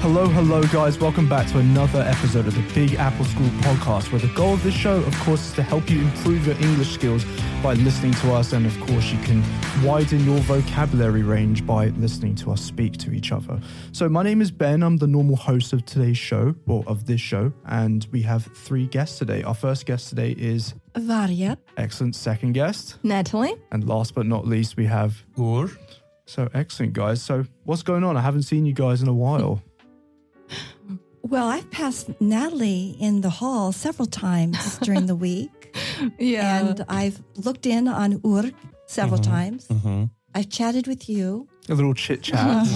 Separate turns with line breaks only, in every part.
Hello, hello, guys. Welcome back to another episode of the Big Apple School podcast, where the goal of this show, of course, is to help you improve your English skills by listening to us. And of course, you can widen your vocabulary range by listening to us speak to each other. So, my name is Ben. I'm the normal host of today's show, or of this show. And we have three guests today. Our first guest today is
Varya.
excellent second guest.
Natalie.
And last but not least, we have
Or
so excellent, guys. So, what's going on? I haven't seen you guys in a while.
Well, I've passed Natalie in the hall several times during the week.
Yeah.
And I've looked in on Urk several times. I've chatted with you.
a little chit chat.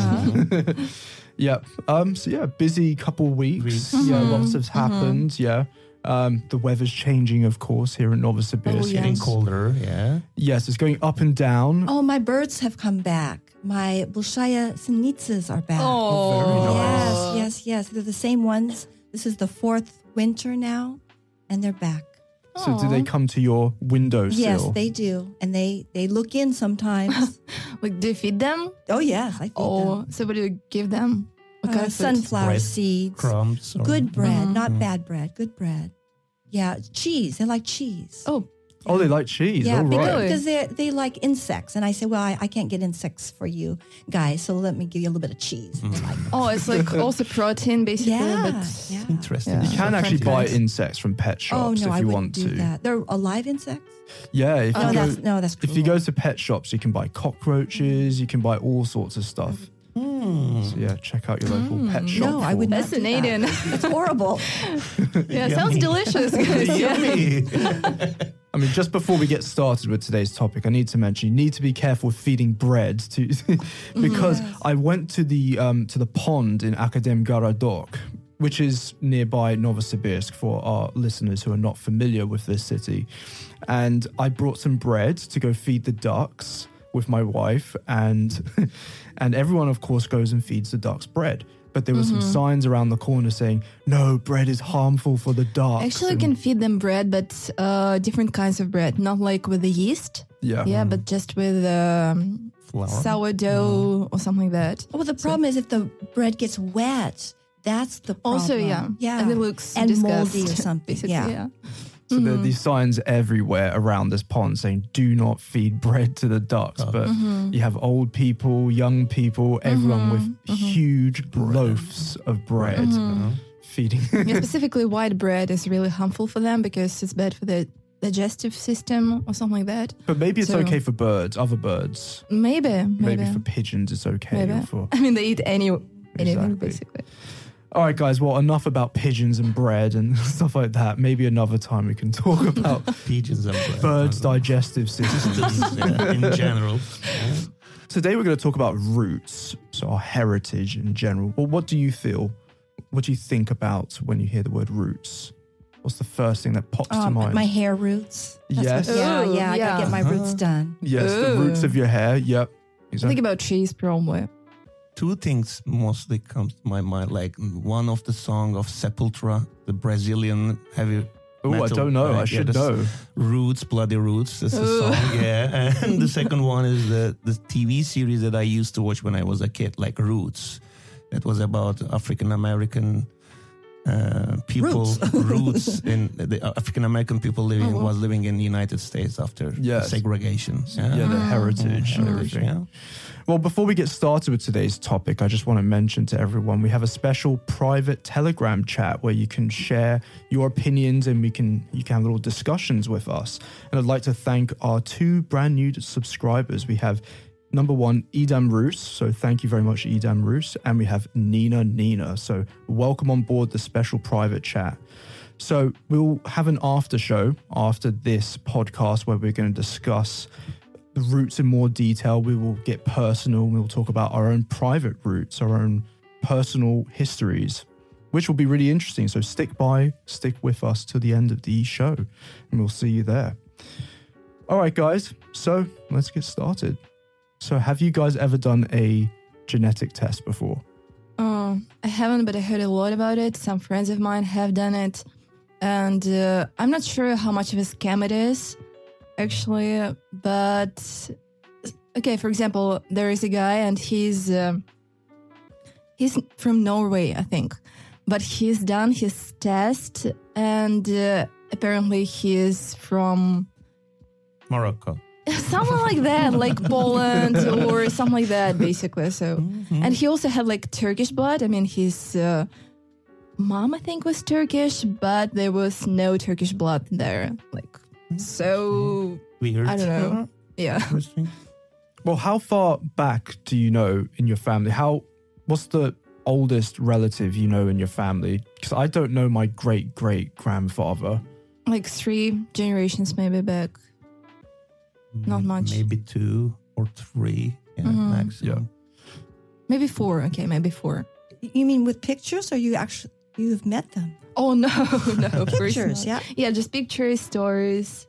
yep. Um. So yeah, busy couple weeks.
Weeks.
Yeah,
Mm-hmm.
lots has happened. Yeah. Um. The weather's changing, of course, here in Novosibirsk.
Oh,
It's
getting
yes.
colder, yeah.
Yes, it's going up and down.
oh, my birds have come back. My Bulshaya Sinitsas are back.
Oh.
Oh.
very nice.
Yes, yes, yes. They're the same ones. This is the fourth winter now, and they're back.
So do they come to your window
Yes,
sill?
they do. And they, they look in sometimes.
Like, do you feed them?
oh, yes, I feed
or
them.
so what do you give them? What
Uh,
kind of food?
sunflower
Bread
seeds.
Crumbs.
Oh.
Or,
Good bread, not
Mm-hmm.
bad bread. Good bread. Yeah, cheese. They like cheese.
Oh,
Oh, they like cheese.
yeah,
All
because,
right.
Really?
because they they like insects, and I say, well, I, I can't get insects for you guys, so let me give you a little bit of cheese. And they like,
Mm-hmm.
"Oh,
oh, it's like also protein basically.
yeah,
But
yeah.
Interesting.
Yeah.
You can
So
actually buy
French guys.
insects from pet
Oh
shops
no,
if
I
you
wouldn't
want
do
to.
that. They're alive insects.
Yeah, if
Oh,
you go,
that's no, that's
if you
cruel.
go to pet shops, you can buy cockroaches. You can buy all sorts of stuff. So yeah, check out your local pet shop.
Mm. No, I
for-
would not. do that.
Fascinating.
It's horrible.
Yeah, sounds delicious. guys. yeah.
I mean, just before we get started with today's topic, I need to mention you need to be careful with feeding bread to, because I went to the um, to the pond in Akadem Garadok, which is nearby Novosibirsk for our listeners who are not familiar with this city, and I brought some bread to go feed the ducks with my wife, and and everyone of course goes and feeds the ducks bread. But there were
Mm-hmm.
some signs around the corner saying, "No, bread is harmful for the ducks."
Actually, you
and-
can feed them bread, but uh, different kinds of bread, not like with the yeast.
yeah,
Yeah, but just with um,
Flour.
sourdough or something like that.
Well, the problem is if the bread gets wet, that's the problem.
Also, yeah,
yeah,
and it looks
and moldy or
disgust,
something.
basically,
Yeah.
yeah.
So there are
Mm-hmm.
these signs everywhere around this pond saying, do not feed bread to the ducks. But
Mm-hmm.
you have old people, young people, everyone with huge loaves of bread Uh-huh. feeding.
Yeah, specifically white bread is really harmful for them because it's bad for their digestive system or something like that.
but maybe it's
So-
okay for birds, other birds.
Maybe,
Maybe,
maybe.
for pigeons, it's okay.
maybe.
or For,
I mean, they eat any
Exactly.
anything basically.
all right, guys. Well, enough about pigeons and bread and stuff like that. Maybe another time we can talk about
Pigeons and bread.
birds' digestive systems.
Yeah, in general. Yeah.
Today we're going to talk about roots, so our heritage in general. Well, what do you feel? What do you think about when you hear the word roots? What's the first thing that pops to
Um,
mind?
my hair roots.
yes, Uh-huh.
what-
Yeah,
Ooh,
yeah, I gotta
yeah.
get my roots done.
yes, the roots
Ooh.
of your hair. Yep, exactly.
Think about cheese, probably.
Two things mostly comes to my mind. Like one of the song of Sepultura, the Brazilian heavy.
Oh, I
metal,
don't know. I
right? Yeah,
should
this-
know.
Roots, Bloody Roots. That's the
Ooh.
song. Yeah. And the second one is the, the TV series that I used to watch when I was a kid, like Roots. That was about African American uh, people,
Roots.
roots, in the uh, African American people living
Oh,
was living in the United States after
Yes.
segregation.
Yeah,
Yeah.
the heritage and everything.
Oh, Yeah.
Well, before we get started with today's topic, I just want to mention to everyone we have a special private Telegram chat where you can share your opinions and we can you can have little discussions with us. And I'd like to thank our two brand new subscribers. We have number one Edam Roos, so thank you very much Edam Roos, and we have Nina Nina. So welcome on board the special private chat. So we'll have an after show after this podcast where we're going to discuss the roots in more detail. We will get personal. We'll talk about our own private roots, our own personal histories, which will be really interesting. So stick by, stick with us to the end of the show, and we'll see you there. All right, guys. So let's get started. So, have you guys ever done a genetic test before?
Oh, I haven't, but I heard a lot about it. Some friends of mine have done it, and uh, I'm not sure how much of a scam it is, actually. But okay, for example, there is a guy, and he's um uh, he's from Norway, I think, but he's done his test and uh, apparently he's from
Morocco.
something like that, like Poland or something like that, basically. So, and he also had like Turkish blood. I mean, his uh, mom, I think, was Turkish, but there was no Turkish blood there. Like, so
Weird.
I don't know. yeah.
Interesting.
Well, how far back do you know in your family? How what's the oldest relative you know in your family? Because I don't know my great great grandfather.
like three generations maybe back. Not much.
Maybe two or three. Yeah,
Mhm.
maximum.
Maybe four. Okay, maybe four.
You mean with pictures, or you actually you've met them?
Oh no, no of course
Pictures,
not.
yeah.
yeah, just pictures, stories,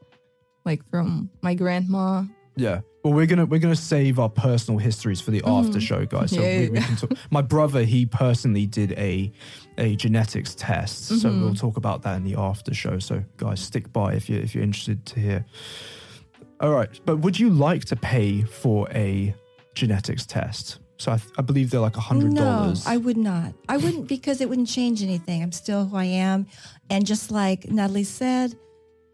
like from my grandma.
Yeah. Well, we're gonna we're gonna save our personal histories for the after show, guys. So we, we
Yeah.
can talk. My brother, he personally did a a genetics test, so we'll talk about that in the after show. So, guys, stick by if you if you're interested to hear. All right, but would you like to pay for a genetics test? So I, th- I believe they're like a hundred
No,
dollars.
I would not. I wouldn't because it wouldn't change anything. I'm still who I am, and just like Natalie said,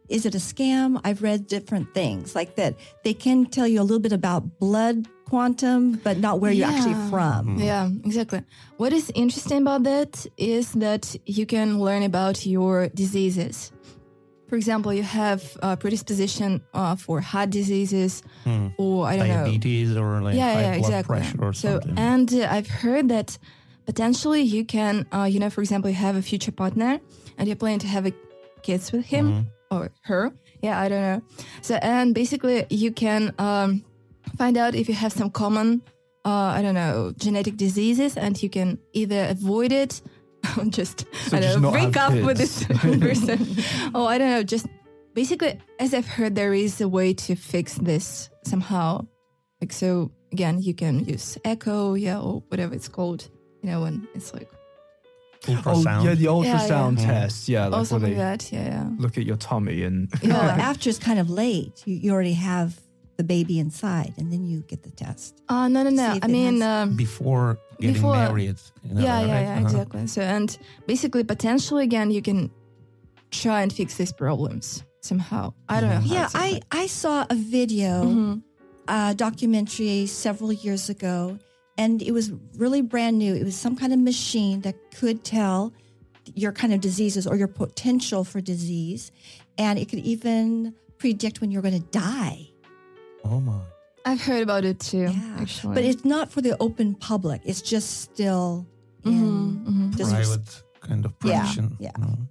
is it a scam? I've read different things like that. They can tell you a little bit about blood quantum, but not where you're actually
Yeah.
Mm-hmm.
Mm.
from.
Yeah, exactly. What is interesting about that is that you can learn about your diseases. For example, you have a predisposition uh, for heart diseases,
Hmm.
or I don't know,
Diabetes or like
yeah,
high
yeah,
blood
exactly.
pressure or
so,
something.
and uh, I've heard that potentially you can, uh, you know, for example, you have a future partner and you're planning to have a kids with him
Mm-hmm.
or her. Yeah, I don't know. So, and basically, you can um, find out if you have some common, uh, I don't know, genetic diseases, and you can either avoid it. or Just,
just
I don't know,
not have
break up with
kids.
this person. oh, I don't know. Just basically, as I've heard, there is a way to fix this somehow. Like so again, you can use echo, yeah, or whatever it's called. You know, when it's like
oh,
Ultrasound.
yeah, the
yeah.
ultrasound
Mm.
test. Yeah,
oh
like where
something
they
like that, yeah,
look at your tummy and
yeah.
No,
yeah.
after it's kind of late. You, you already have the baby inside, and then you get the test.
Uh, no, no, no.
See if
I
it
mean,
has-
um,
before getting
Before-
married. you know,
yeah, yeah,
right?
yeah,
Uh-huh.
exactly. So and basically, potentially, again, you can try and fix these problems somehow. I don't know. how
Yeah,
it's
I,
applied.
I saw a video.
Mhm.
uh, documentary several years ago, and it was really brand new. It was some kind of machine that could tell your kind of diseases or your potential for disease, and it could even predict when you're going to die.
Oh my.
I've heard about it too.
Yeah.
actually,
But it's not for the open public. It's just still in
Mhm, mhm,
just
Private kind of
Yeah,
protection.
yeah.
Mm.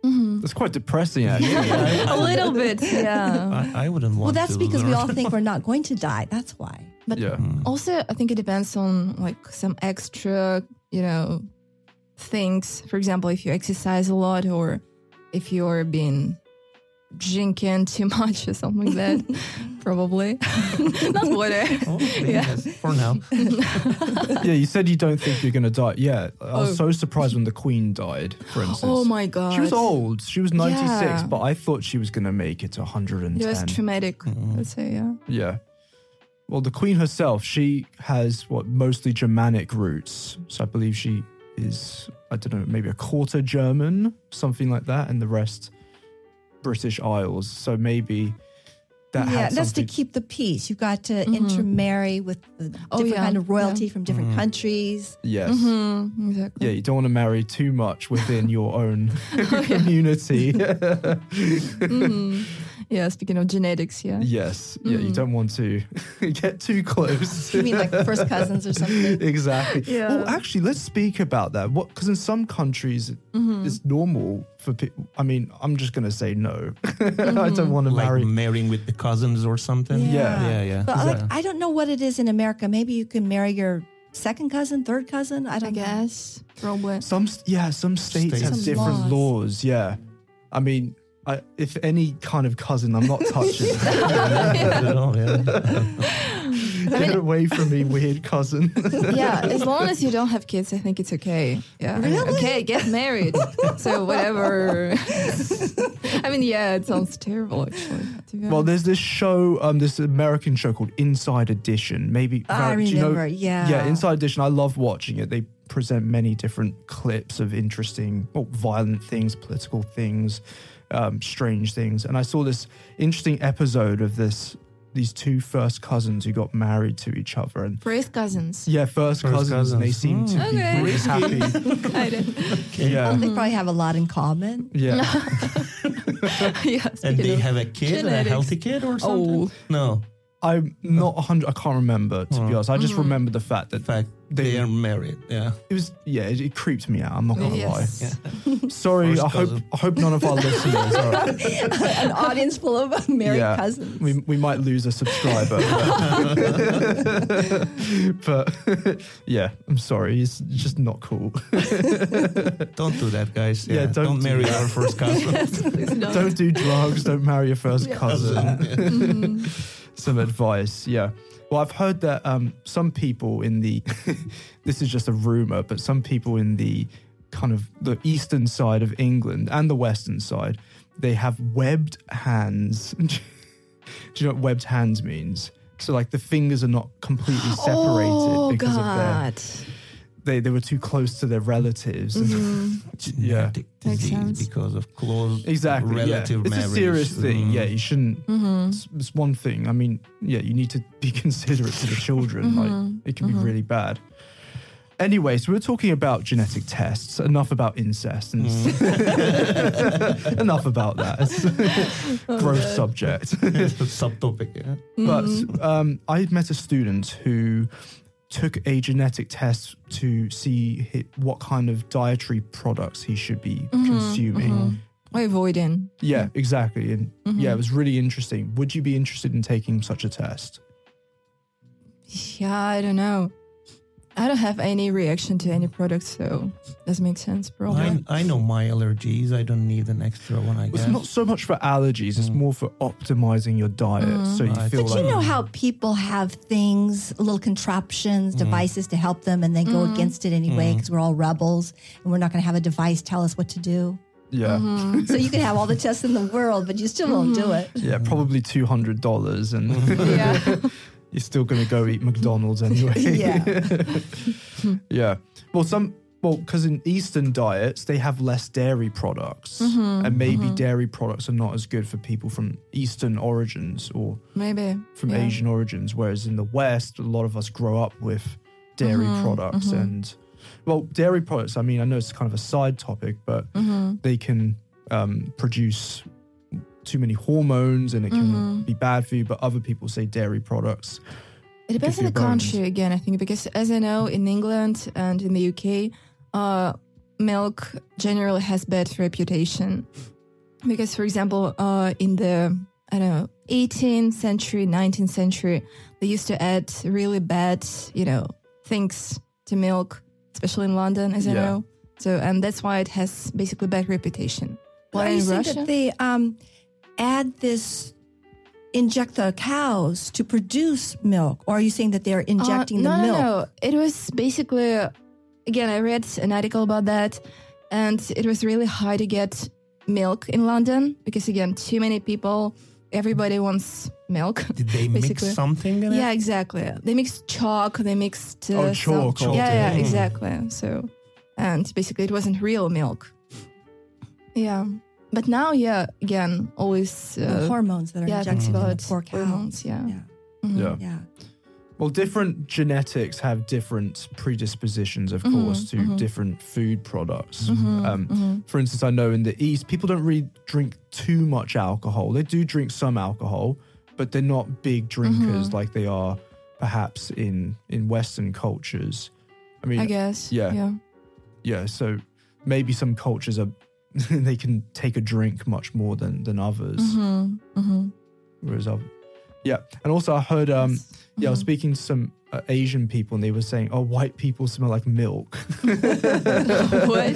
mhm.
that's quite depressing. Actually,
a little bit, yeah.
I, I wouldn't want
Well, that's
to
because we
learn.
all think we're not going to die. That's why.
But
yeah.
Mm.
Also, I think it depends on like some extra, you know, things. For example, if you exercise a lot or if you're being drinking too much or something like that, probably. Not water.
Oh,
Yeah.
yes, For now.
yeah, you said you don't think you're going to die. Yeah, I was
Oh.
so surprised when the Queen died, for instance.
Oh my god.
She was old. She was 96,
Yeah.
but I thought she was going to make it to 110.
It was traumatic.
Mm.
I'd say, yeah.
yeah. Well, the Queen herself, she has what mostly Germanic roots. So I believe she is, I don't know, maybe a quarter German, something like that, and the rest British Isles. So maybe that
yeah,
had
that's to
something.
keep the peace. You've got to intermarry with the different
Oh, yeah.
kind of royalty from different
Mhm.
countries.
yes.
Mm, exactly.
Yeah, you don't want to marry too much within your own
Oh,
community.
Mhm. Yeah, speaking of genetics, yeah.
Yes. Yeah,
Hmm.
you don't want to get too close.
You mean like first cousins or something?
exactly.
Yeah.
Well, actually, let's speak about that. What? Because in some countries,
Mm-hmm.
it's normal for people. I mean, I'm just gonna say no. I
Mm-hmm.
don't want to
Like
marry.
marrying with the cousins or something.
Yeah.
Yeah, yeah.
But
Yeah.
like, I don't know what it is in America. Maybe you can marry your second cousin, third cousin. I don't
I
know.
guess. Probably.
Some s- yeah, some states, have
States.
different
Some
laws.
laws.
Yeah, I mean, I, if any kind of cousin, I'm not touching.
I don't know, yeah.
Get away from me, weird cousin.
yeah, as long as you don't have kids, I think it's okay. Yeah. I mean, Okay, get married. so whatever. I mean, yeah, it sounds terrible actually. to be
Well,
honest.
there's this show, um, this American show called Inside Edition. Maybe
Ah, I
Val, do you know-
remember, yeah.
yeah, Inside Edition. I love watching it. They present many different clips of interesting, well, violent things, political things, um, strange things. And I saw this interesting episode of this these two first cousins who got married to each other, and
First cousins.
yeah, first,
First
cousins, and they
cousins.
seem to
Okay.
be really happy.
I don't.
yeah,
They probably have a lot in common.
yeah.
yeah,
And
speaking
they
of-
have a kid,
genetics.
a healthy kid or something?
Oh.
No.
I'm not 100. I can't remember to be honest. I
Mm-hmm.
just remember the fact that
In fact, they,
They-
are married. Yeah.
it was yeah, it, it creeped me out. I'm not gonna
Yes.
lie. Sorry,
First
I hope
cousin.
I hope none of our listeners are.
An audience full of married
Yeah,
cousins.
We, we might lose a subscriber. but, but, yeah, I'm sorry. It's just not cool.
Don't do that, guys.
Yeah,
Yeah,
don't
don't,
do
marry our first cousin.
Please don't.
don't do drugs. Don't marry your first cousin.
Yeah.
Mm-hmm.
Some advice. Yeah. Well, I've heard that um, some people in the, this is just a rumor, but some people in the kind of the eastern side of England and the western side, they have webbed hands. do you know what webbed hands means? So, like, the fingers are not completely separated
Oh
because of their
God!
they, they were too close to their relatives.
Mm-hmm.
and-
Hmm.
Genetic
Makes
disease
sense.
because of close
Exactly. yeah.
relative
It's
marriage.
a serious thing.
Mm.
Yeah, you shouldn't.
Mm-hmm.
It's, it's one thing. I mean, yeah, you need to be considerate to the children. Like, it can be really bad. Anyway, so we we're talking about genetic tests. Enough about incest and enough about that. It's a gross subject.
It's a subtopic. Yeah.
But um, I met a student who took a genetic test to see hi- what kind of dietary products he should be consuming.
We're avoiding.
Yeah, exactly. And yeah, it was really interesting. Would you be interested in taking such a test?
Yeah, I don't know. I don't have any reaction to any product, so does make sense, probably.
I, I know my allergies. I don't need an extra one, I
It's
guess.
not so much for allergies, it's more for optimizing your diet. So you
I
feel
But
like
you know how people have things, little contraptions,
Mm.
devices to help them, and they go
Mm.
against it anyway because we're all rebels and we're not going to have a device tell us what to do.
yeah.
Mm.
So you can have all the tests in the world, but you still won't do it.
Yeah, probably two hundred dollars, and
yeah.
you're still gonna go eat McDonald's anyway.
Yeah.
Yeah. Well, some well because in Eastern diets they have less dairy products, and maybe dairy products are not as good for people from Eastern origins or
Maybe.
from
yeah.
Asian origins. Whereas in the West, a lot of us grow up with dairy products and, well, dairy products. I mean, I know it's kind of a side topic, but they can um, produce too many hormones and it can be bad for you. But other people say dairy products.
It depends on
you
the
bones.
country again, I think, because as I know, in England and in the UK, uh, milk generally has bad reputation. Because, for example, uh, in the I don't know 18th century, 19th century, they used to add really bad, you know, things to milk, especially in London, as I
Yeah.
know. So, and that's why it has basically bad reputation. While
Why do
in
you think
Russia,
that they um, add this, inject the cows to produce milk? Or are you saying that they're
Uh,
injecting
no,
the milk?
No, no, it was basically, again, I read an article about that, and it was really hard to get milk in London because, again, too many people, everybody wants milk.
Did they mix
Basically.
something in
yeah,
it?
exactly. They mixed chalk, they mixed. Uh,
Oh,
some-
chalk, chalk,
yeah, yeah,
yeah.
exactly. So, and basically, it wasn't real milk. Yeah. But now, yeah, again, always.
The
Uh,
hormones that are
yeah,
injected
things
in the
about
poor cow.
hormones, yeah.
Yeah.
Mm-hmm.
Yeah.
yeah.
Well, different genetics have different predispositions, of course, to different food products.
Mm-hmm.
um, For instance, I know in the East, people don't really drink too much alcohol. They do drink some alcohol, but they're not big drinkers like they are perhaps in in Western cultures. I mean,
I guess.
Yeah.
Yeah.
yeah, so maybe some cultures are they can take a drink much more than than others.
Mm-hmm. Mm-hmm.
Whereas, i um, yeah, and also I heard um, yeah, I was speaking to some uh, Asian people, and they were saying, "Oh, white people smell like milk,"
what?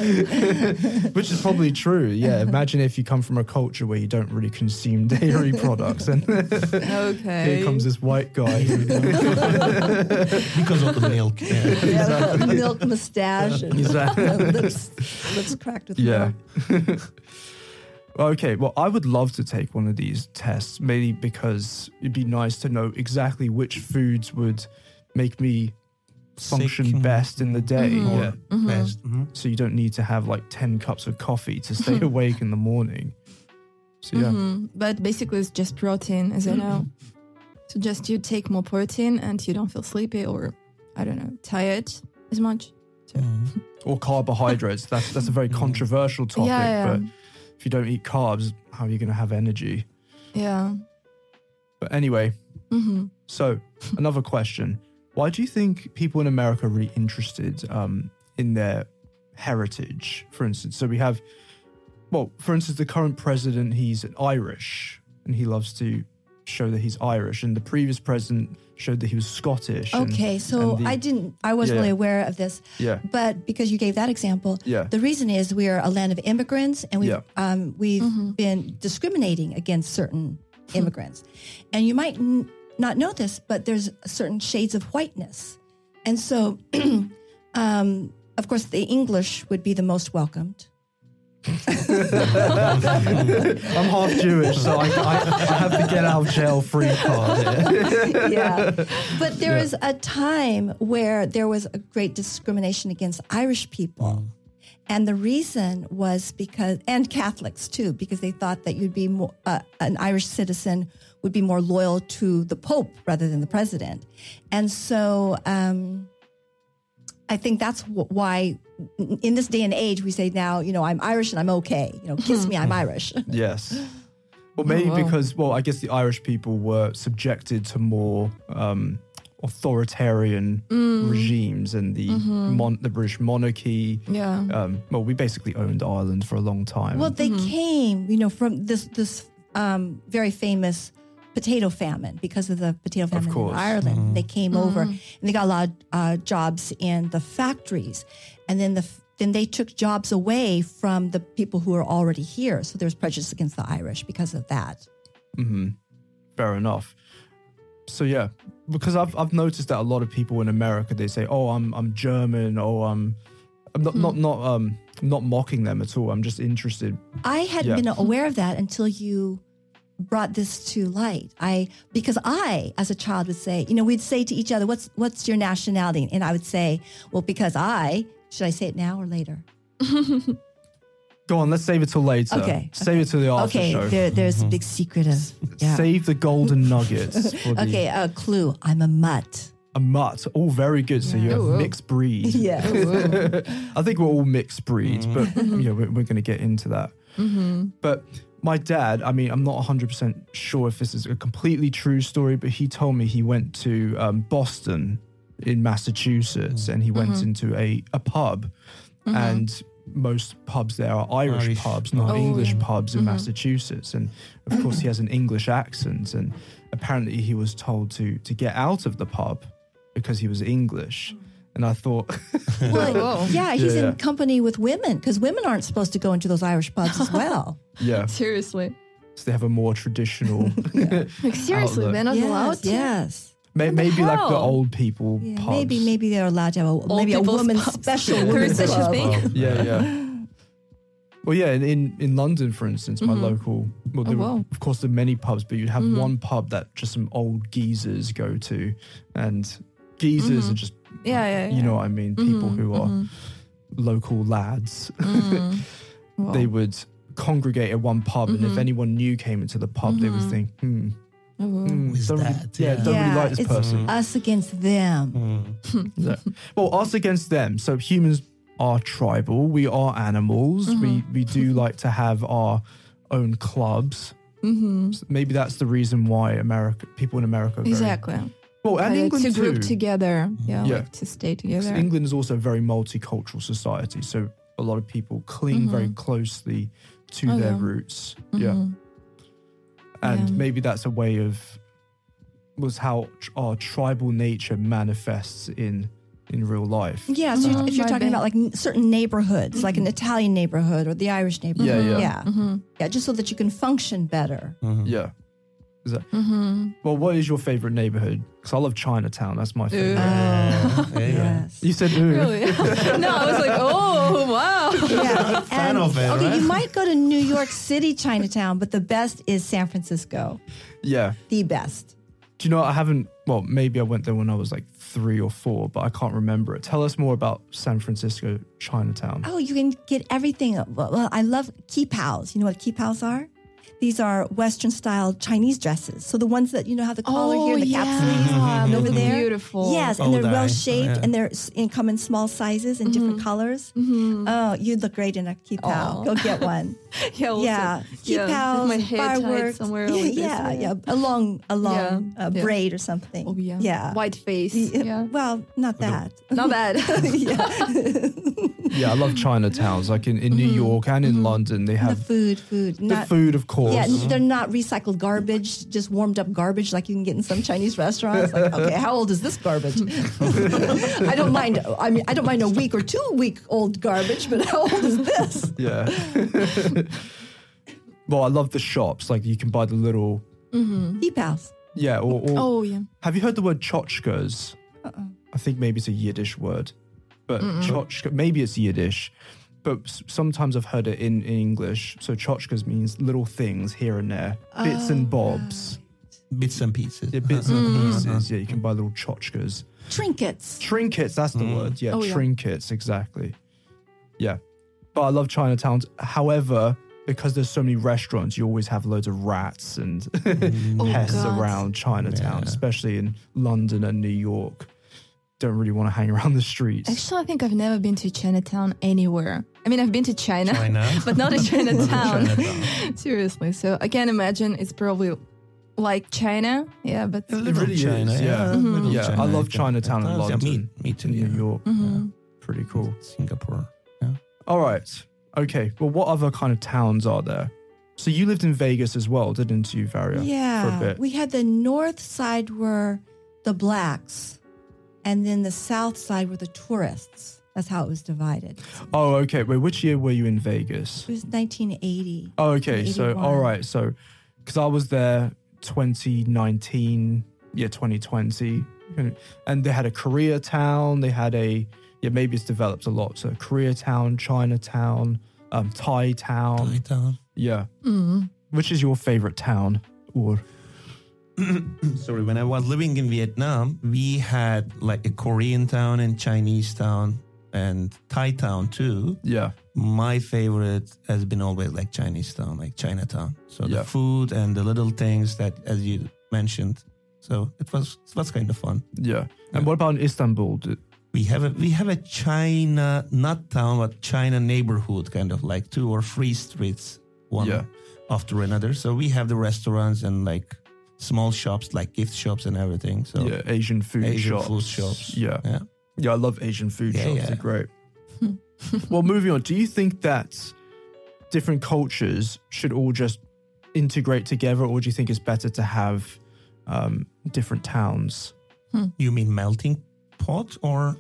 which is probably true. Yeah, imagine if you come from a culture where you don't really consume dairy products, and
Okay.
here comes this white guy. Who,
because of the milk. Yeah.
Yeah, milk mustache and
Exactly.
lips, lips cracked with
yeah.
milk.
okay. Well, I would love to take one of these tests, mainly because it'd be nice to know exactly which foods would make me function
Sick. Mm-hmm.
best in the day.
Or
Yeah.
Mm-hmm.
best. Mhm.
so you don't need to have like 10 cups of coffee to stay awake in the morning so yeah
Mhm. But basically, it's just protein, as I know. So just you take more protein and you don't feel sleepy or, I don't know, tired as much.
Mhm.
or carbohydrates that's that's a very
Mm.
controversial topic
yeah.
but if you don't eat carbs how are you going to have energy
Yeah.
but anyway
Mm-hmm.
hmm
so another question why do you think people in america are really interested um, in their heritage for instance so we have well for instance the current president he's irish and he loves to show that he's irish and the previous president showed that he was scottish and-
Okay, so
and the-
I didn't, I wasn't
Yeah.
really aware of this,
yeah
but because you gave that example,
Yeah.
the reason is we are a land of immigrants and we've,
Yeah.
um, we've been discriminating against certain immigrants. And you might n- not know this, but there's certain shades of whiteness. And so, um, of course, the English would be the most welcomed.
I'm half Jewish, so I, I, I have the get out of jail free card. here.
yeah. But there was a time where there was a great discrimination against Irish people. And the reason was because, and Catholics too, because they thought that you'd be more, uh, an Irish citizen would be more loyal to the Pope rather than the president. And so um, I think that's wh- why in this day and age we say now, you know, I'm Irish and I'm okay. You know, kiss me, I'm Irish.
Yes. Well, maybe
wow.
because, well, I guess the Irish people were subjected to more um, authoritarian regimes and the, mon- the British monarchy.
Yeah.
Um, well, we basically owned Ireland for a long time.
Well, Mm-hmm. they came, you know, from this this um, very famous potato famine because of Mm-hmm. the potato famine
course.
in Ireland. They came over and they got a lot of uh, jobs in the factories, and then the f- then they took jobs away from the people who were already here. So there's prejudice against the Irish because of that.
Mm-hmm. Fair enough. So yeah, because I've I've noticed that a lot of people in America they say, "Oh, I'm I'm German," or "I'm I'm not not not um not mocking them at all. I'm just interested."
I hadn't
Yeah.
been aware of that until you brought this to light. I because I as a child would say, you know, we'd say to each other, "What's what's your nationality?" And I would say, "Well, because I." Should I say it now or later?
Go on, let's save it till later.
Okay,
Save it till the after
okay,
show. Mm-hmm.
there, there's a big secret of yeah.
Save the golden nuggets for the,
okay, a clue. I'm a mutt.
a mutt. All very good. So you're
Ooh, ooh.
mixed breed.
Yeah.
I think we're all mixed breeds,
Mm.
but you know, we're, we're going to get into that.
Mm-hmm.
But my dad, I mean, I'm not 100% sure if this is a completely true story, but he told me he went to um, Boston in Massachusetts
Mm.
and he went
Mm-hmm.
into a, a pub. And most pubs there are Irish,
Irish.
pubs, not
Oh,
English
yeah.
pubs in Massachusetts. And of course, he has an English accent. And apparently, he was told to, to get out of the pub because he was
Mm.
English. And I thought,
well,
Whoa.
yeah, he's
Yeah.
in company with women because women aren't supposed to go into those Irish pubs as well.
yeah.
Seriously.
So they have a more traditional,
Like, seriously,
Outlook.
they're not
yes,
allowed to?
yes.
may, maybe like the
hell?
old people
Yeah,
pubs.
maybe maybe they're allowed to have a, maybe a
people's
woman's
pubs.
special
Very
women's
suspicious
club.
thing.
Yeah, yeah. Well, yeah, in, in, in London, for instance, my local, well, there were,
wow.
of course, there are many pubs, but you'd have one pub that just some old geezers go to. And geezers are just,
Yeah, yeah, Mm-hmm, yeah.
you know what I mean? People who are local lads.
mm-hmm.
They would congregate at one pub, and if anyone new came into the pub, they would think, hmm,
oh,
hmm,
Who is
don't really-
that?
yeah,
Yeah.
don't really
Yeah,
like this
it's-
person.
Us against them.
Mm.
Yeah. Well, us against them. So humans are tribal. We are animals.
Mm-hmm.
We we do like to have our own clubs.
Mm-hmm.
So maybe that's the reason why America people in America. Are very,
Exactly.
Well, and
Like,
England
to
too. Mm-hmm.
group together. Yeah.
Yeah.
Like, to stay
'Cause
together.
England is also a very multicultural society. So a lot of people cling very closely to
Mm-hmm. Oh,
their
yeah.
roots. Yeah. And
Yeah.
maybe that's a way of was how tr- our tribal nature manifests in in real life.
Yeah, so
Mhm.
if you're
Might
talking
be.
about like n- certain neighborhoods, like an Italian neighborhood or the Irish neighborhood,
yeah.
Yeah, just so that you can function better.
Yeah. Is that, Well, what is your favorite neighborhood? Because I love Chinatown. That's my favorite.
Uh, yeah.
Yes.
You said ooh.
Really? no, I was like, oh wow.
Yeah.
Fan
And-
of it,
okay,
right?
you might go to New York City Chinatown, but the best is San Francisco.
Yeah.
The best.
Do you know what? I haven't? Well, maybe I went there when I was like three or four, but I can't remember it. Tell us more about San Francisco Chinatown.
Oh, you can get everything. Well, well, I love kipaos. You know what kipaos are? These are Western style Chinese dresses. So the ones that you know have the collar here,
Oh,
the cap sleeves,
Mm-hmm.
and over
Look
there.
Mm-hmm. Beautiful.
Yes, and they're
Odai,
well shaped,
yeah.
and they're s- in, come in small sizes and different colors. Oh, you'd look great in a kipao.
Mm-hmm. Aw.
Go get one.
Yeah. also-
yeah,
yeah,
kipao,
My hair tied
fireworks.
somewhere.
yeah,
like this,
yeah, yeah, a long, a long
Yeah,
uh,
yeah.
braid or something.
Oh yeah.
yeah.
White face.
Y-
Yeah.
Well, not that.
Not bad.
yeah,
Yeah, I love Chinatowns. Like in, in New York and in London, they
the
have
food, food,
the
not.
food, of course.
Yeah, n- they're not recycled garbage, just warmed up garbage like you can get in some Chinese restaurants. Like, okay, how old is this garbage? I don't mind. I mean, I don't mind a week or two week old garbage, but how old is this?
Yeah. well, I love the shops. Like you can buy the little.
Deep house.
Yeah. Or, or
Mm-hmm. Oh yeah.
have you heard the word tchotchkes?
Uh-uh.
I think maybe it's a Yiddish word, but tchotchke, maybe it's Yiddish, but s- sometimes I've heard it in, in English. So tchotchkes means little things here and there, bits and
Oh,
bobs.
Bits and pieces.
Yeah, bits
Mm.
and pieces. Yeah, you can buy little tchotchkes.
trinkets.
Trinkets, that's the word. Yeah,
Oh, yeah.
trinkets, exactly. Yeah. But I love Chinatowns. However, because there's so many restaurants, you always have loads of rats and
Oh,
Oh,
pests
God.
around Chinatown, especially in London and New York. Don't really want to hang around the streets.
Actually, I think I've never been to Chinatown anywhere. I mean, I've been to China,
China.
but not to Chinatown.
Chinatown.
Seriously. So I can imagine it's probably like China. Yeah, but
A little
really is,
China,
yeah.
a
Mm-hmm.
little
Yeah, I love Chinatown in
Yeah,
London.
Me, me too.
in
Yeah.
New York.
Mm-hmm.
Mhm.
Pretty cool.
Singapore.
All right. Okay. Well, what other kind of towns are there? So you lived in Vegas as well, didn't you, Varia? For a
Yeah.
bit.
We had the north side were the blacks, and then the south side were the tourists. That's how it was divided.
oh, okay. Wait, which year were you in Vegas?
It was 1980.
Oh, okay. So,
81.
all right. So, because I was there 2019, yeah, 2020. And- And they had a Koreatown. They had a, yeah, maybe it's developed a lot. So, Koreatown, Chinatown, um, Thai Town.
Chinatown.
Yeah. Which is your favorite town? Or,
Sorry, when I was living in Vietnam, we had like a Korean town and Chinese town and Thai town too.
yeah.
My favorite has been always like Chinese town, like Chinatown. So
Yeah.
the food and the little things that, as you mentioned, so it was it was kind of fun.
Yeah. And what about in Istanbul? D-
We have a we have a China not town but China neighborhood kind of like two or three streets one
Yeah.
after another. So we have the restaurants and like small shops like gift shops and everything. So
yeah, Asian food
Asian
shops.
food shops.
Yeah.
yeah.
Yeah, I love Asian food
Yeah,
shops.
yeah.
They're great. well, moving on. Do you think that different cultures should all just integrate together, or do you think it's better to have um, different towns?
You mean melting pot or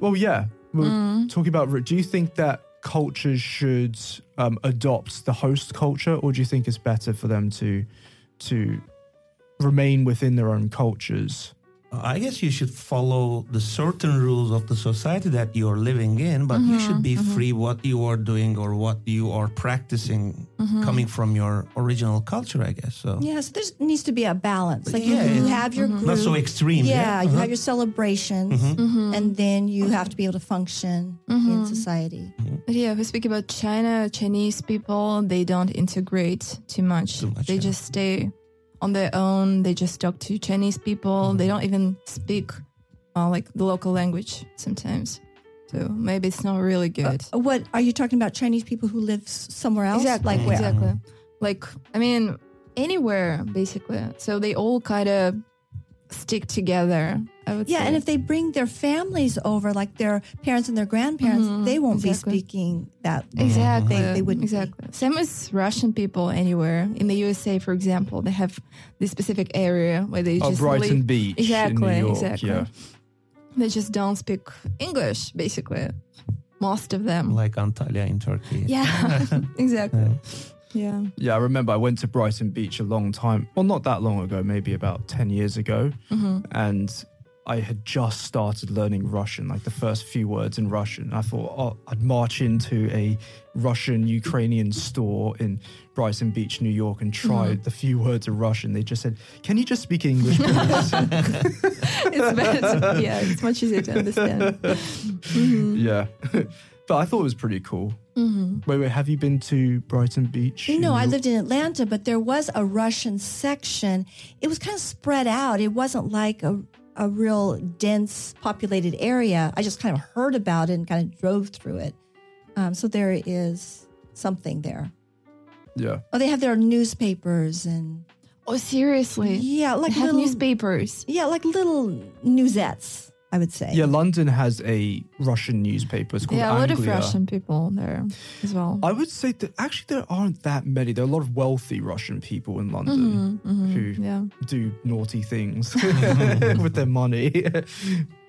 Well, yeah. We're
Mm.
talking about. root. Do you think that cultures should um, adopt the host culture, or do you think it's better for them to to remain within their own cultures?
I guess you should follow the certain rules of the society that you're living in, but you should be free what you are doing or what you are practicing coming from your original culture, I guess. So
Yeah, so there needs to be a balance. Like
Yeah,
you, you
it's-
have your group.
not so extreme.
yeah, you
Uh-huh.
have your celebrations,
Mm-hmm.
and then you have to be able to function in society.
But yeah, if we speak about China, Chinese people, they don't integrate too much.
Too much,
they
yeah.
just stay on their own. They just talk to Chinese people.
Mm-hmm.
They don't even speak uh, like the local language sometimes. So maybe it's not really good.
Uh, What are you talking about? Chinese people who live s- somewhere else,
Exactly.
like where? Mm-hmm.
Exactly. Like I mean, anywhere basically. So they all kind of stick together I would
Yeah,
say.
and if they bring their families over, like their parents and their grandparents, they won't
Mm-hmm. exactly.
be speaking that.
Mm-hmm.
Exactly.
They- they wouldn't be.
exactly. Same as Russian people anywhere in the USA, for example, they have this specific area where they
Oh,
just
Brighton
live-
Beach
Exactly,
in New York.
exactly.
Yeah.
They just don't speak English, basically. Most of them.
like Antalya in Turkey.
Yeah, exactly.
Yeah.
Yeah.
Yeah, I remember I went to Brighton Beach a long time, well, not that long ago, maybe about 10 years ago.
Mm-hmm.
And I had just started learning Russian, like the first few words in Russian. I thought, oh, I'd march into a Russian Ukrainian store in Brighton Beach, New York, and try
Mm-hmm.
the few words of Russian. They just said, Can you just speak English, please?
It's better. yeah, it's much easier to understand.
yeah. but I thought it was pretty cool.
Mm-hmm.
Wait, wait, have you been to Brighton Beach? in
No,
New
I
York?
lived in Atlanta, but there was a Russian section. It was kind of spread out. It wasn't like a a real dense populated area. I just kind of heard about it and kind of drove through it. Um, so there is something there.
Yeah.
Oh, they have their newspapers and
Oh, seriously?
yeah,
They
like
have
little
newspapers.
yeah, like little newsettes. I would say.
Yeah, London has a Russian newspaper. It's called
Yeah, a lot of
Anglia.
Russian people there as well.
I would say that actually there aren't that many. There are a lot of wealthy Russian people in London who
Mm-hmm, yeah.
do naughty things with their money.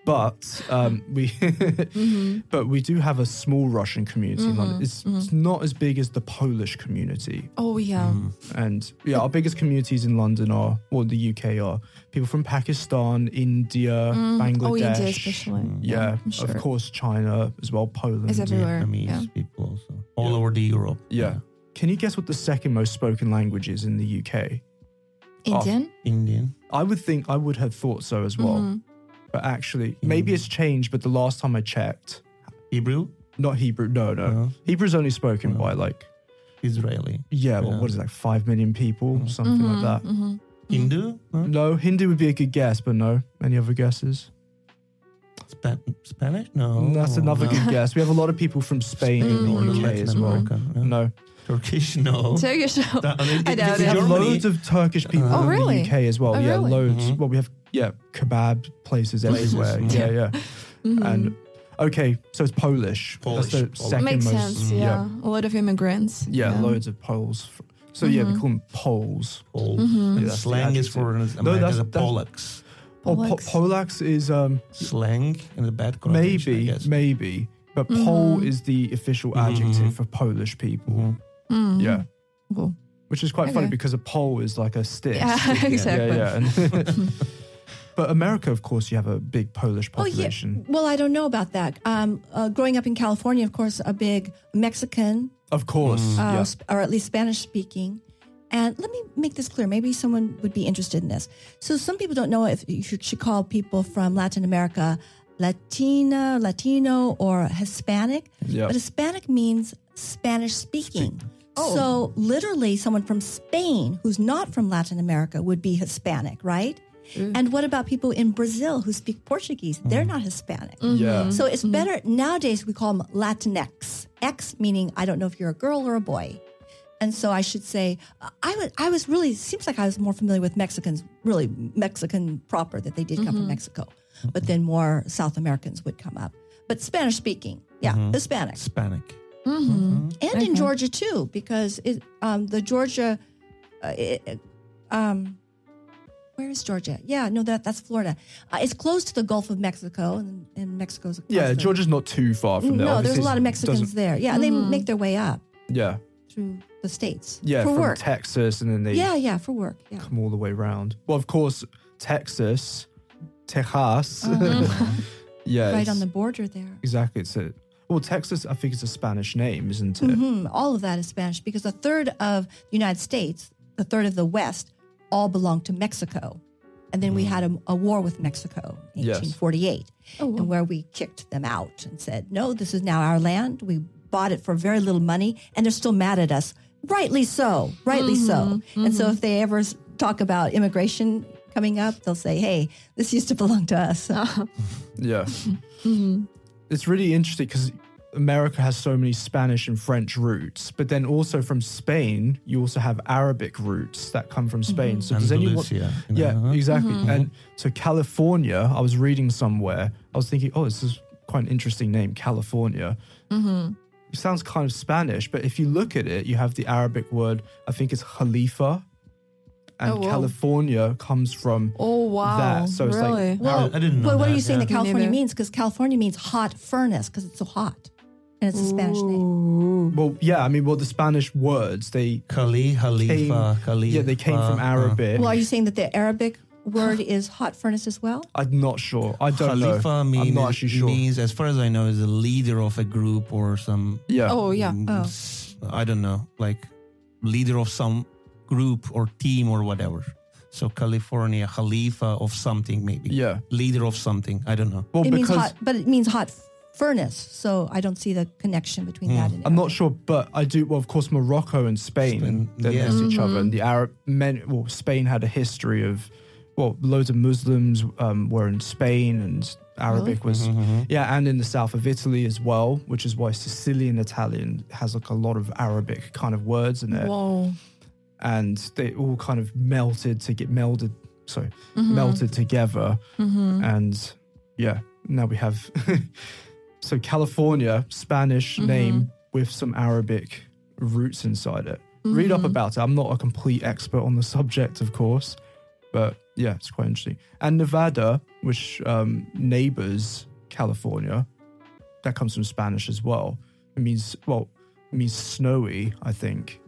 but um, we
Mm-hmm.
but we do have a small Russian community in London. It's, it's not as big as the Polish community.
Oh, yeah.
Mm. And yeah, our biggest communities in London are or the UK are people from Pakistan, India, Bangladesh. Mm.
Oh, India especially.
Yeah,
I'm sure.
of course, China as well, Poland.
It's everywhere.
Vietnamese
Yeah.
people also all over the Europe.
Yeah. Uh, Can you guess what the second most spoken language is in the UK?
Indian?
Uh, Indian.
I would think I would have thought so as well.
Mm-hmm.
But actually, maybe it's changed, but the last time I checked,
Hebrew,
not Hebrew, no, no.
No.
Hebrew is only spoken by like,
Israeli.
yeah, well,
Yeah. Mm.
what is it, like 5 million people, something
mm-hmm.
like that.
Hindu? uh, Huh?
No, Hindi would be a good guess, but no. Any other guesses?
Spa- Spanish? No.
That's another
Oh, no.
good guess. We have a lot of people from Spain
Spain or
and the UK
Latin
as well.
America, yeah.
No.
Turkish?
Oh.
No.
Turkish.
That- I mean,
I
it-
doubt it.
it's
We have
Germany.
loads of Turkish people
Oh,
in
really?
the UK as well.
Oh,
yeah,
really?
loads.
Mhm.
Well, we have yeah kebab places
Places,
everywhere.
mhm.
Yeah, yeah.
Mm-hmm.
And
Mm-hmm.
okay, so it's Polish.
Polish,
That's the
Polish.
second
Makes
most. Mm,
sense. Yeah. A lot of immigrants.
Yeah, loads of Poles. fr- So yeah, we
Mm-hmm.
call them Poles.
Poles.
Yeah,
And
that's the
slang is
adjective.
for
No,
America,
that's-
the
that's-
Polacks.
Oh, po-
Polacks.
Polacks is um
Slang and the bad connotation, I
maybe
guess. Mm-hmm.
maybe, but Pole
Mm-hmm.
is the official adjective for Polish people.
Mm-hmm.
Yeah,
Cool.
which is quite funny
Okay.
because a pole is like a stick.
Yeah, exactly.
Yeah, yeah. And- but America, of course, you have a big Polish
Oh yeah.
population.
Well, I don't know about that. Um, uh, growing up in California, of course, a big Mexican
Of course.
uh,
Mm.
Mm, yeah.
sp- or at least Spanish speaking. And let me make this clear. Maybe someone would be interested in this. So some people don't know if you should should call people from Latin America Latina, Latino, or Hispanic.
Yeah.
But Hispanic means Spanish speaking.
Oh.
So literally, someone from Spain who's not from Latin America would be Hispanic, right? And what about people in Brazil who speak Portuguese? They're
Mm.
not Hispanic.
Yeah.
So it's better nowadays we call them Latinx. X meaning I don't know if you're a girl or a boy. And so I should say uh, I was I was really seems like I was more familiar with Mexicans, really Mexican proper that they did come from Mexico. But then more South Americans would come up. But Spanish speaking. Yeah,
Mm-hmm.
Hispanic.
Hispanic.
And in Georgia too because it um the Georgia uh, it, it- um where is Georgia? Yeah, no, that that's Florida. Uh, it's close to the Gulf of Mexico, and, and Mexico's across
Yeah,
the-
Georgia's not too far from there.
no, there's
Obviously,
a lot of
it doesn't-
Mexicans there. Yeah, and they make their way up
Yeah,
through the states.
yeah,
for
from
work.
Texas, and then they
yeah, yeah, for work. Yeah.
come all the way round. Well, of course, Texas, Texas. yeah,
Mm-hmm. Right
it's-
on the border there.
exactly. It's a well, Texas. I think it's a Spanish name, isn't it?
hmm All of that is Spanish because a third of the United States, a third of the West, all belong to Mexico. And then we
Mm.
had a, a war with Mexico in
Yes.
1848, and where we kicked them out and said, no, this is now our land. We bought it for very little money, and they're still mad at us. Rightly so, rightly so. And so if they ever s- talk about immigration coming up, they'll say, hey, this used to belong to us.
Yeah, it's really interesting because America has so many Spanish and French roots, but then also from Spain, you also have Arabic roots that come from Spain. So does anyone?
Andalusia, you
Yeah,
know, huh?
exactly. And so California, I was reading somewhere, I was thinking, oh, this is quite an interesting name, California. It sounds kind of Spanish, but if you look at it, you have the Arabic word, I think it's Khalifa, and
Oh, wow.
California comes from
Oh wow!
that. So it's
really?
like
Well,
I didn't know
well, what are
that,
you saying
yeah.
that California
neither.
means? Because California means hot furnace because it's so hot, and it's a Spanish name.
Ooh.
Well, yeah, I mean, well, the Spanish words they
Khali,
came,
Khalifa, Khalifa.
yeah, they came from
uh,
Arabic.
Well, are you saying that the Arabic word is hot furnace as well?
I'm not sure. I don't know.
Khalifa means,
I'm not actually sure.
means, as far as I know, is the leader of a group or some. Mm,
yeah.
Oh yeah.
Oh.
s- I don't know, like leader of some group or team or whatever. So California, Khalifa of something maybe.
Yeah.
Leader of something. I don't know.
Well,
it means
because
hot, but it means hot furnace. So I don't see the connection between that and
Hmm. I'm not sure, but I do. Well, of course, Morocco and Spain,
Spain,
they're
yeah.
next to each other, and the Arab men. Well, Spain had a history of, well, loads of Muslims um, were in Spain, and Arabic was,
Mm-hmm,
yeah, and in the south of Italy as well, which is why Sicilian Italian has like a lot of Arabic kind of words in there,
Whoa.
and they all kind of melted to get melded, sorry, melted together, and yeah, now we have. so California Spanish name with some Arabic roots inside it. Read up about it. I'm not a complete expert on the subject, of course, but yeah, it's quite interesting. And Nevada, which um, neighbors California, that comes from Spanish as well. It means well, it means snowy, I think.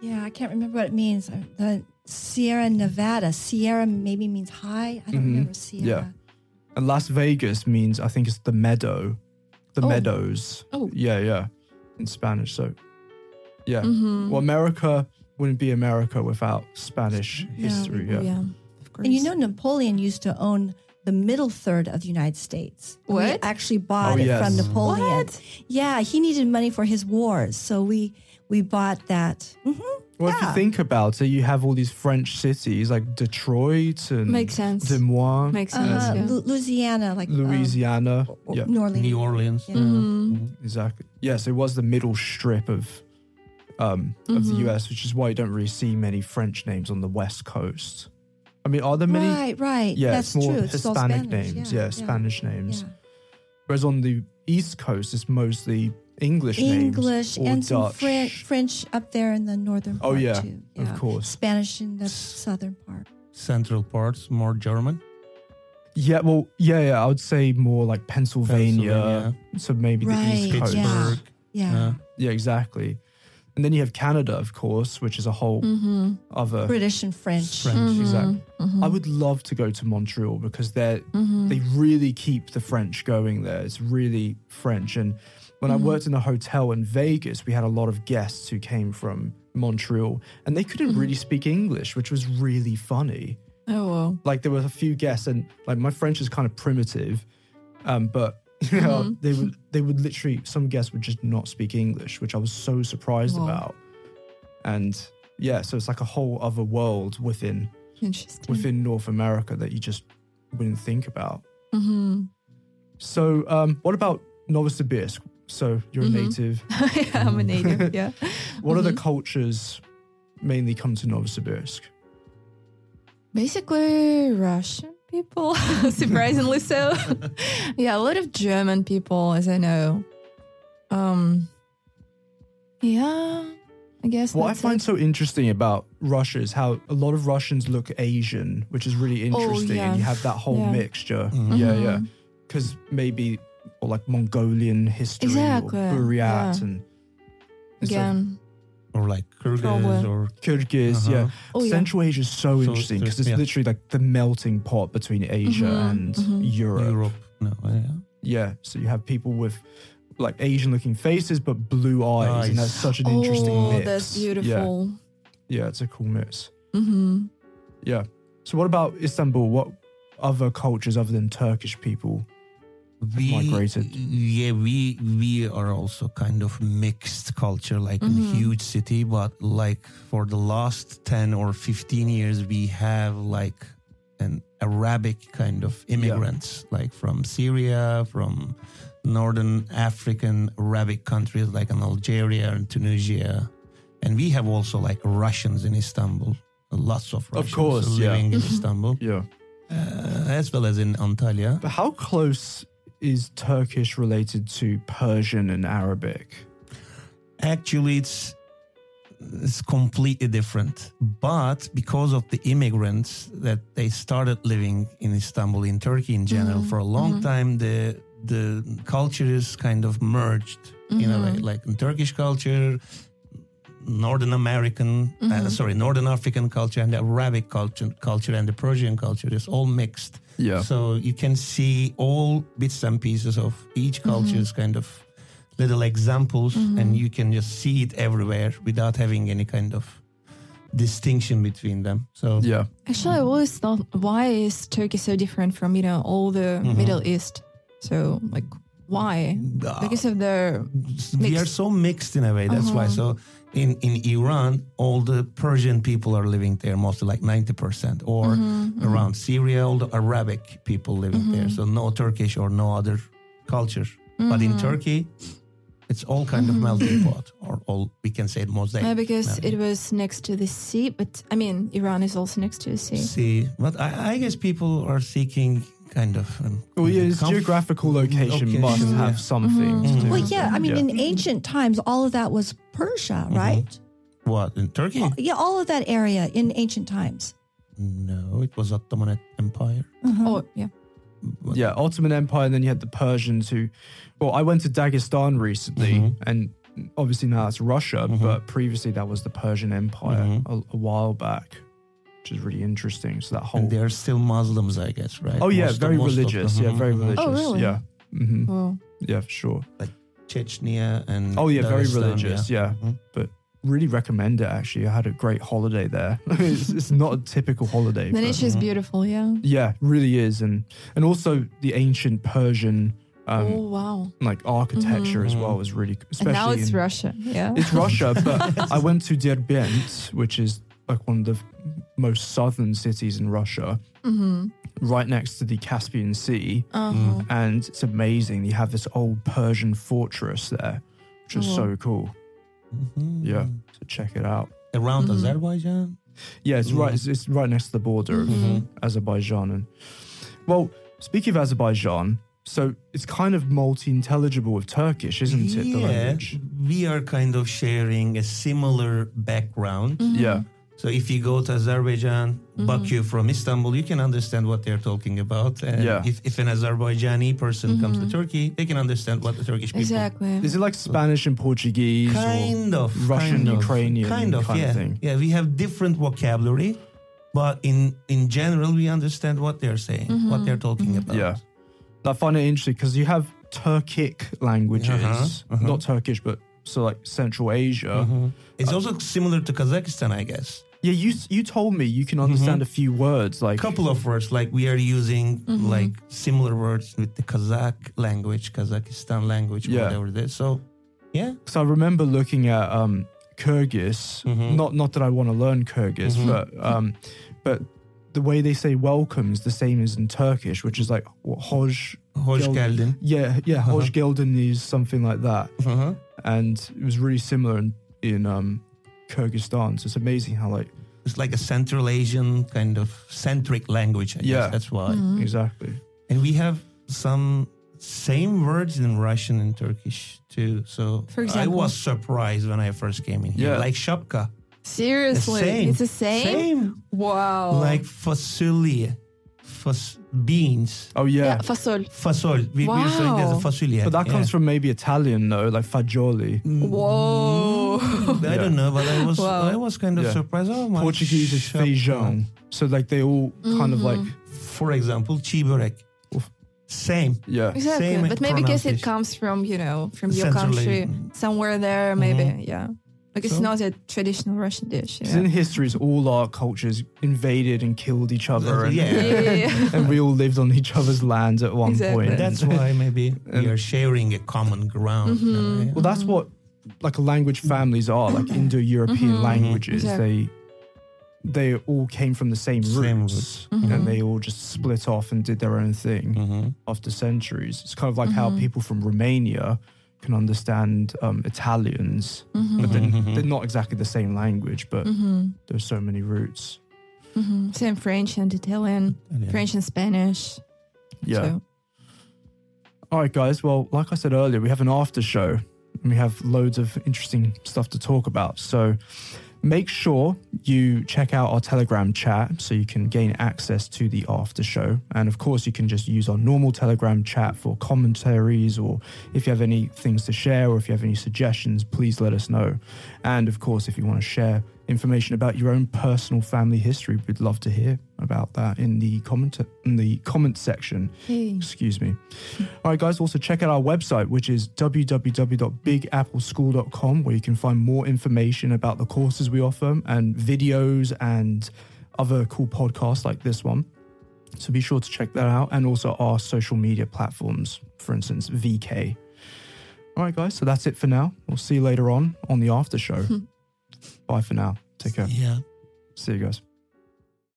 Yeah, I can't remember what it means. Uh, The Sierra Nevada. Sierra maybe means high. I don't
Mm-hmm.
remember Sierra.
And Las Vegas means I think it's the meadow, the
Oh.
meadows.
Oh.
yeah, yeah, in Spanish. So, yeah.
Mm-hmm.
Well, America wouldn't be America without Spanish history. Yeah.
Oh, Of course.
And you know, Napoleon used to own the middle third of the United States. And We
What?
actually bought
Oh,
it
yes.
from Napoleon.
What?
Yeah, he needed money for his wars, so we we bought that. hmm
Well, if
Yeah.
you think about it, you have all these French cities like Detroit and Uh-huh.
Makes sense.
Des Moines,
Makes Oh. sense.
Uh,
yeah.
Lu- Louisiana, like um,
Louisiana.
or
yeah,
New Orleans.
New Orleans.
Yeah. Mm-hmm.
exactly. Yes, it was the middle strip of. Um, Of the
Mm-hmm.
US, which is why you don't really see many French names on the West Coast. I mean, are there many?
Right, right.
Yeah,
That's
it's more
true. It's all
Hispanic
Spanish.
names. Yeah, Spanish names.
yeah.
Whereas on the East Coast, it's mostly English, names.
English
or
and some
Dutch.
Fran- French up there in the northern
Oh,
part
yeah,
too.
of course.
Spanish in the southern part.
Central parts, more German.
Yeah, well, yeah, yeah. I would say more like Pennsylvania.
Pennsylvania.
So maybe the East
Right,
Coast.
yeah.
Pittsburgh. uh,
Yeah.
Yeah.
Yeah, exactly. And then you have Canada, of course, which is a whole
Mm-hmm.
other
British and French.
French.
Exactly. I would love to go to Montreal because they they really keep the French going there. It's really French. And when I worked in a hotel in Vegas, we had a lot of guests who came from Montreal, and they couldn't really speak English, which was really funny.
Oh wow.
Like there were a few guests, and like my French is kind of primitive, um, but. You know, they would they would literally some guests would just not speak English, which I was so surprised
Wow.
about. And yeah, so it's like a whole other world within
Interesting.
within North America that you just wouldn't think about.
Mm-hmm.
So, um, what about Novosibirsk? So, you're a
Mm-hmm.
native.
yeah, I'm a native. Yeah.
What other
Mm-hmm.
cultures mainly come to Novosibirsk?
Basically, Russian people, surprisingly so. yeah, a lot of German people, as I know. Um. Yeah, I guess.
What I
that's
find
it.
so interesting about Russia is how a lot of Russians look Asian, which is really interesting.
yeah.
And you have that whole
Oh, Yeah. Mm-hmm.
mixture. Yeah, yeah. Because maybe, or like Mongolian history,
Exactly,
or Buryat
yeah.
and and so
again.
Or like Kyrgyz
Probably.
or
Kyrgyz,
Uh-huh.
yeah.
Oh, yeah.
Central Asia is so,
So
interesting because
there's-
it's
yeah.
literally like the melting pot between Asia and Europe.
Europe. No, yeah.
Yeah, so you have people with like Asian-looking faces but blue eyes, and that's
Eyes.
such an interesting
oh,
mix.
that's
Yeah,
beautiful.
Yeah, it's a cool mix.
Mm-hmm.
Yeah. So what about Istanbul? What other cultures other than Turkish people?
we
migrated.
Yeah, we we are also kind of mixed culture, like in a huge city, but like for the last ten or fifteen years, we have like an Arabic kind of immigrants, like from Syria, from northern African Arabic countries like in Algeria and Tunisia, and we have also like Russians in Istanbul, lots of Russians
course, yeah.
living in Istanbul,
Yeah.
uh, as well as in Antalya.
But how close is Turkish related to Persian and Arabic?
Actually, it's it's completely different. But because of the immigrants that they started living in Istanbul, in Turkey in general, for a long time, the the cultures kind of merged in a way, like in Turkish culture, Northern American, uh, sorry, Northern African culture and the Arabic culture, culture and the Persian culture is all mixed.
Yeah.
So you can see all bits and pieces of each culture's kind of little examples, and you can just see it everywhere without having any kind of distinction between them. So
Yeah.
Actually, I always thought, why is Turkey so different from you know all the
Mm-hmm.
Middle East? So like, why?
Uh,
Ah.
Because of the
we
Mixed. Uh-huh.
are so mixed in a way. That's why. So in, in Iran, all the Persian people are living there, mostly like 90%, or
Mm-hmm,
around Syria, all the Arabic people living there.
Mm-hmm.
So no Turkish or no other culture. But in Turkey, it's all kind of melting pot, or all we can say mosaic.
yeah, because
melting.
Mm-hmm. it was next to the sea, but I mean Iran is also next to the sea.
See, but I, I guess people are seeking kind of. Um,
Well, Oh, yeah, his
comf-
geographical location must
Location,
have
yeah.
something. to do
Well,
with
yeah,
it.
I mean, in ancient times, all of that was Persia,
Mm-hmm.
right?
What in Turkey?
Oh.
Yeah, all of that area in ancient times.
No, it was Ottoman Empire.
Oh yeah,
yeah, Ottoman Empire, and then you had the Persians who, well, I went to Dagestan recently,
Mm-hmm.
and obviously now that's Russia, but previously that was the Persian Empire
Mm-hmm.
a, a while back, which is really interesting. So that whole,
And they're still Muslims, I guess, right?
oh yeah,
Most-
very
most of
religious,
them.
yeah, very
Mhm.
religious,
really?
yeah, hmm
well,
yeah, for sure.
Chechnya and
Oh yeah, very
Dagestan,
religious, yeah,
Mhm.
but really recommend it. Actually, I had a great holiday there. it's, it's not a typical holiday.
the
but-
nature is beautiful. Yeah.
Yeah, really is, and and also the ancient Persian um,
oh wow.
like architecture as well was really, especially
And now it's
in-
Russia. Yeah.
It's Russia, but I went to Derbent, which is like one of the most southern cities in Russia, right next to the Caspian Sea,
Mm-hmm. Uh-huh.
and it's amazing. You have this old Persian fortress there, which is
Oh,
so cool.
Mhm.
Yeah, so check it out.
Around Azerbaijan?
Yeah, it's right. It's, it's right next to the border
Mm-hmm.
of Azerbaijan. And well, speaking of Azerbaijan, so it's kind of multi-intelligible with Turkish, isn't it? The
yeah,
language.
we are kind of sharing a similar background.
Mm-hmm.
Yeah.
So if you go to Azerbaijan, Baku from Istanbul, you can understand what they're talking about. And
Yeah.
if, if an Azerbaijani person comes to Turkey, they can understand what the Turkish people
Exactly.
Is it like Spanish and Portuguese? or-
kind of
Russian,
kind of,
Ukrainian
kind of
kind of
yeah
thing.
yeah we have different vocabulary but in in general we understand what they're saying what they're talking about
Mm-hmm. Yeah. I find it interesting because you have Turkic languages,
Uh-huh, uh-huh.
not Turkish, but so like Central Asia.
it's also similar to kazakhstan i guess
Yeah, you s- you told me you can understand a few words like
a Mm-hmm. couple of words like we are using like similar words with the kazakh language kazakhstan language
Yeah.
whatever it is so yeah
because I remember looking at um, Kyrgyz.
Mm-hmm.
Not not that I want to learn Kyrgyz, but um, but the way they say welcome is the same as in Turkish, which is like what, hoj.
hoş
gel-
geldin
Yeah, yeah, hoj gelden is something like that.
uh-huh.
and it was really similar in, in um, Kyrgyzstan. So it's amazing how like
it's like a central asian kind of centric language I
Yeah.
guess. that's why
Mm-hmm.
Mm.
exactly.
And we have some same words in Russian and Turkish too. So
For
I
example?
was surprised when I first came in here.
Yeah.
Like shapka.
Seriously,
same.
it's the same. Oh.
Same.
Wow.
Like fasulye. Fas- beans.
Oh yeah,
yeah, fasol.
Fasol. We, we used to think there's a
Wow.
fasulye.
but that
Yeah.
comes from maybe Italian though, like fagioli.
Mm. Whoa.
I don't know, but I was
Wow.
I was kind of
Yeah.
surprised. Oh my
Portuguese is
shapka.
feijão. So like they all kind of like
Mm-hmm.
For example, chiborek. Same.
yeah.
Exactly,
Same
but maybe because it
pronunciation.
comes from you know from your
Central
country,
Asian.
somewhere there maybe, yeah. Like it's
So-
not a traditional Russian dish.
Because in
Yeah,
history, it's all our cultures invaded and killed each other, and,
Yeah.
yeah, yeah, yeah.
and we all lived on each other's lands at one
Exactly.
point.
That's why maybe we are sharing a common ground.
Mm-hmm.
in a way.
well, that's what like language families are, like Indo-European languages.
Yeah.
They they all came from the same roots,
Same roots.
and they all just split off and did their own thing
Mm-hmm.
after centuries. It's kind of like how people from Romania can understand um, Italians,
Mm-hmm.
but then they're not exactly the same language, but there's so many roots.
Mhm. Mm-hmm. Same French and Italian,
Italian.
French and Spanish.
Yeah.
So,
All right, guys. Well, like I said earlier, we have an after show and we have loads of interesting stuff to talk about. So make sure you check out our Telegram chat so you can gain access to the after show. And of course, you can just use our normal Telegram chat for commentaries or if you have any things to share or if you have any suggestions, please let us know. And of course, if you want to share information about your own personal family history, we'd love to hear about that in the comment in the comment section.
hey.
Excuse me. All right, guys, also check out our website, which is www.bigappleschool.com, where you can find more information about the courses we offer and videos and other cool podcasts like this one. So be sure to check that out and also our social media platforms, for instance, VK. All right, guys, so that's it for now. We'll see you later on on the after show. Bye for now. Take care.
Yeah.
See you guys.